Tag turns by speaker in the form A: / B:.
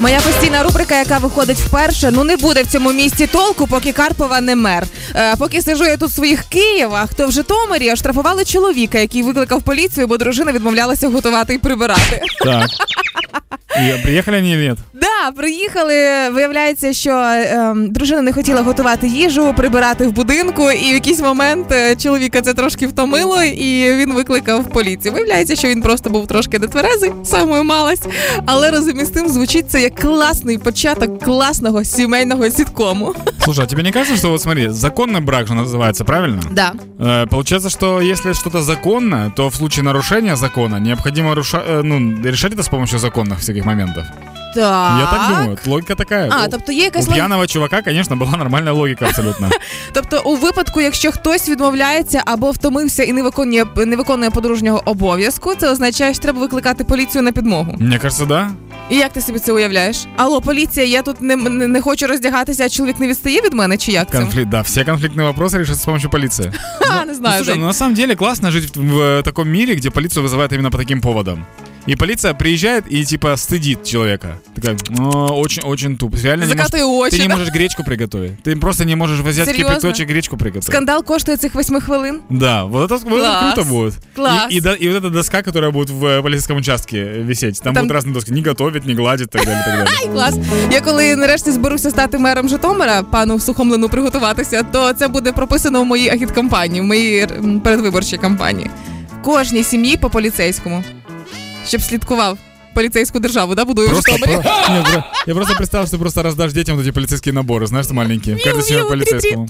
A: Моя постійна рубрика, яка виходить вперше, ну не буде в цьому місті толку, поки Карпова не мер. Е, поки сижу я тут в своїх Києвах, то в Житомирі оштрафували чоловіка, який викликав поліцію, бо дружина відмовлялася готувати і прибирати.
B: Так. И приехали они или нет?
A: Да, приїхали. Виявляється, що ем, дружина не хотіла готувати їжу, прибирати в будинку, і в якийсь момент е, чоловіка це трошки втомило, і він викликав поліцію. Виявляється, що він просто був трошки нетверезий, самою малась, але разом із тим звучить це як класний початок класного сімейного сіткому.
B: Слушай, а тебе не кажется, что вот смотри, законный брак же называется, правильно?
A: Да.
B: Э, Получается, что если что-то законно, то в случае нарушения закона необходимо руша- э, ну, решать это с помощью законных всяких моментов.
A: Так.
B: Я так думаю, логика такая.
A: А,
B: У-
A: тобто є
B: у
A: якась логіка.
B: пьяного чувака, конечно, была нормальная логика абсолютно.
A: Тобто, у випадку, якщо хтось відмовляється або втомився і не виконує не виконує подружнього обов'язку, це означає, що треба викликати поліцію на підмогу.
B: Мне кажется, да.
A: І як ти собі це уявляєш? Алло, поліція, я тут не, не, не хочу роздягатися, а чоловік не відстає від мене, чи як це?
B: Конфликт, да. Все конфликтные вопросы решатся с помощью полиции.
A: Ха, не
B: Ну,
A: знаю.
B: слушай,
A: Жень.
B: ну на самом деле классно жить в, в таком мире, где полицию вызывают именно по таким поводам. И полиция приезжает и типа стыдит человека. Такая, «Ну, очень, очень тупо. Реально не можешь,
A: Закатує очі.
B: ты не
A: да?
B: можешь гречку приготовить. Ты просто не можешь взять
A: Серьезно?
B: кипяточек гречку приготовить.
A: Скандал коштує цих восьми хвилин.
B: Да, вот это, вот это
A: Класс.
B: круто будет.
A: Класс.
B: И, и, да- и вот эта доска, которая будет в э, полицейском участке висеть. Там,
A: Там-
B: будут разные доски. Не готовить, не гладить, так далее, так далее.
A: Клас. Я коли нарешті зберуся стати мером Житомира, пану Сухомлину приготуватися, то це буде прописано в моїй агіткампанії, в моїй м, передвиборчій кампанії. Кожній сім'ї по поліцейському, щоб слідкував поліцейську державу, да, будую в
B: Просто,
A: Житомирі.
B: про- не, про- я просто представил, что ты просто раздашь детям вот эти полицейские наборы, знаешь, маленькие. Каждый себе
A: миу,
B: полицейскому.